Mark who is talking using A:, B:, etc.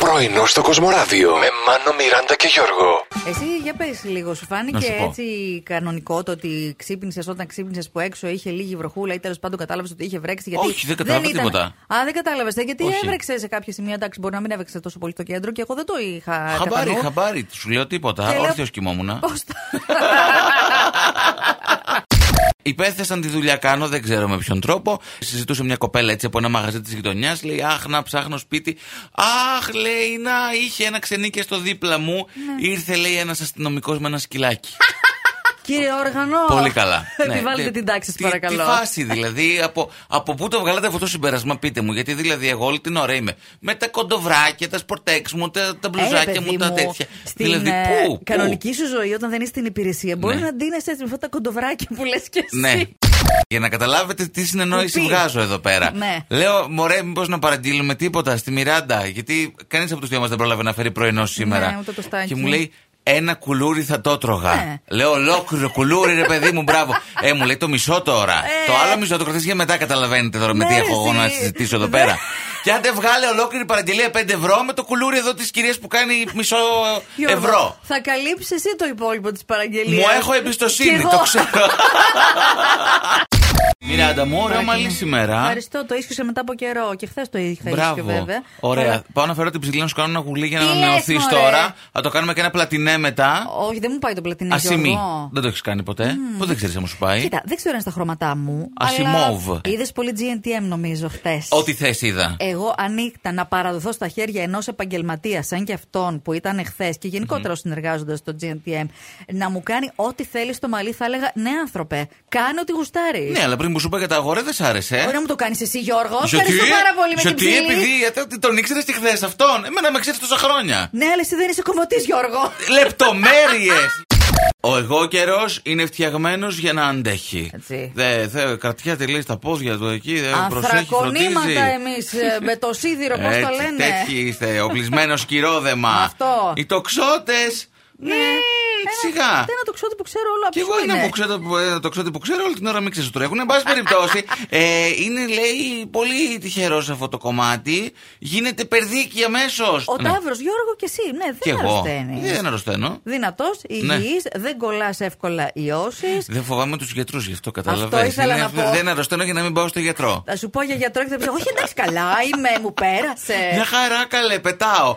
A: Πρωινό στο Κοσμοράδιο με Μάνο, Μιράντα και Γιώργο.
B: Εσύ για πες λίγο, σου φάνηκε
C: Να σου πω.
B: έτσι κανονικό το ότι ξύπνησες όταν ξύπνησες που έξω είχε λίγη βροχούλα ή τέλος πάντων κατάλαβες ότι είχε βρέξει. Γιατί
C: Όχι, δεν κατάλαβα
B: ήταν...
C: τίποτα.
B: Α, δεν κατάλαβες. Γιατί
C: Όχι.
B: έβρεξε σε κάποια σημεία. Εντάξει, μπορεί να μην έβρεξε τόσο πολύ το κέντρο και εγώ δεν το είχα.
C: Χαμπάρι,
B: κατά νου.
C: χαμπάρι, σου λέω
B: Και
C: τίποτα.
B: λέω-
C: Όρθιος κοιμόμουν.
B: Πώς τα-
C: Υπέθεσαν τη δουλειά κάνω, δεν ξέρω με ποιον τρόπο. Συζητούσε μια κοπέλα έτσι από ένα μαγαζί της γειτονιάς. Λέει: Αχ, να ψάχνω σπίτι. Αχ, λέει να είχε ένα ξενίκια στο δίπλα μου.
B: Ναι.
C: Ήρθε, λέει, ένας αστυνομικός με ένα σκυλάκι.
B: Κύριε Όργανο.
C: Πολύ καλά.
B: Επιβάλλετε
C: Ναι.
B: την τάξη, σας
C: Τι-
B: παρακαλώ.
C: Τη φάση δηλαδή. Από, από πού το βγάλατε αυτό το συμπέρασμα, πείτε μου. Γιατί δηλαδή εγώ όλη την ώρα είμαι με τα κοντοβράκια, τα σπορτέξ μου, τα, τα
B: Ε, ρε,
C: μπλουζάκια
B: παιδί
C: μου, τα τέτοια.
B: Στην
C: δηλαδή,
B: ε,
C: πού, πού?
B: κανονική σου ζωή, όταν δεν είσαι στην υπηρεσία, μπορεί
C: Ναι.
B: να ντύνεσαι έτσι με αυτά τα κοντοβράκια που λες και εσύ.
C: Ναι. Για να καταλάβετε τι συνεννόηση
B: Κουπί.
C: βγάζω εδώ πέρα.
B: Ναι.
C: Λέω, μωρέ, μήπως να παραγγείλουμε τίποτα στη Μιράντα. Γιατί κανείς από τους δύο μας δεν πρόλαβε να φέρει πρωινό σήμερα.
B: Ναι, ούτε το στάκι.
C: Και μου λέει, ένα κουλούρι θα το τρώγα.
B: Ναι.
C: Λέω, ολόκληρο κουλούρι, ρε παιδί μου, μπράβο. ε, μου λέει το μισό τώρα.
B: Ε.
C: Το άλλο μισό το κρατήσει για μετά, καταλαβαίνετε τώρα με
B: Ναι,
C: τι έχω εγώ
B: εσύ.
C: να συζητήσω εδώ
B: Ναι.
C: πέρα. Και άντε βγάλε ολόκληρη παραγγελία 5 ευρώ με το κουλούρι εδώ της κυρίας που κάνει μισό
B: Γιώργο,
C: ευρώ.
B: Θα καλύψεις εσύ το υπόλοιπο της παραγγελίας.
C: Μου έχω εμπιστοσύνη,
B: Κι Ε, εγώ.
C: το ξέρω. Μιράντα μου, ωραία
B: Παρακαλώ.
C: μαλλί σήμερα.
B: Ευχαριστώ, το ίσχυσε μετά από καιρό και χθες το είχα ίσιο
C: Μπράβο.
B: βέβαια.
C: Ωραία.
B: Αλλά-
C: Πάω να φέρω την ψηλή να σου κάνω ένα γουλί για να
B: Τι λες,
C: ανανεωθεί
B: μωρέ.
C: τώρα. Θα το κάνουμε και ένα πλατινέ μετά.
B: Όχι, δεν μου πάει το πλατινέ.
C: Ασημή.
B: Γιώργο.
C: Δεν το έχεις κάνει ποτέ. Πού δεν ξέρεις, μου σου πάει.
B: Κοίτα, δεν ξέρω αν είναι στα χρώματά μου.
C: Ναι. Ασημόβ.
B: Είδες πολύ GNTM νομίζω χθες.
C: Ό,τι θέση είδα.
B: Εγώ ανοίγτα να παραδοθώ στα χέρια ενός επαγγελματίας σαν και αυτόν που ήταν εχθέ και γενικότερα συνεργάζοντα στο GNTM να μου κάνει ό,τι θέλει στο μαλλί, θα έλεγα Ναι, άνθρωπε, κάνε ό,τι γουστάρεις.
C: Ναι, αλλά πριν που σου είπα για τα αγορέ δεν σ' άρεσε.
B: Μπορεί να μου το κάνεις εσύ, Γιώργο. Ευχαριστώ πάρα πολύ με την
C: γιατί
B: ψηλή.
C: επειδή ε, τε- τον ήξερες και χθες αυτόν. Εμένα με ξέρεις τόσα χρόνια.
B: Ναι, αλλά εσύ δεν είσαι κομωτή, Γιώργο.
C: Λεπτομέρειες! Ο εγώ καιρός είναι φτιαγμένος για να αντέχει.
B: Έτσι.
C: Δε, δε, κρατιάται λέει στα πόδια του εκεί, δε, προσέχει, Ε, φροντίζει.
B: Ανθρακονήματα εμείς ε, με το σίδηρο, πώς το
C: Έτσι,
B: λένε.
C: τέτοιοι είστε, οπλισμένο σκυρόδεμα.
B: Αυτό.
C: Οι τοξότες. Ναι, σιγά.
B: Ε, Ένα τοξότη που ξέρω όλο
C: Κι
B: ποιο
C: εγώ
B: είναι.
C: ένα που ξέρω, που- ένα τοξότη που ξέρω όλη την ώρα μην ξεσουტრέχουν. Εν πάση περιπτώσει, ε, είναι λέει πολύ τυχερός αυτό το κομμάτι. Γίνεται περδίκη αμέσως.
B: Ο Ταύρος, Γιώργο και εσύ. Ναι,
C: Ναι. Κι
B: δεν
C: εγώ. Ε,
B: αρρωσταίνεις.
C: Δεν αρρωσταίνω.
B: Δυνατός,
C: Ναι.
B: υγιής, δεν κολλάς εύκολα ιώσεις.
C: Δεν φοβάμαι τους γιατρούς, γι' αυτό καταλαβαίνω.
B: ήθελα να πω.
C: Δεν αρρωσταίνω για να μην πάω στο γιατρό.
B: Θα σου πω για γιατρό και θα πει: Όχι, εντάξει, καλά, είμαι, μου
C: Μια
B: πέρασε.
C: χαρά, καλέ, πετάω.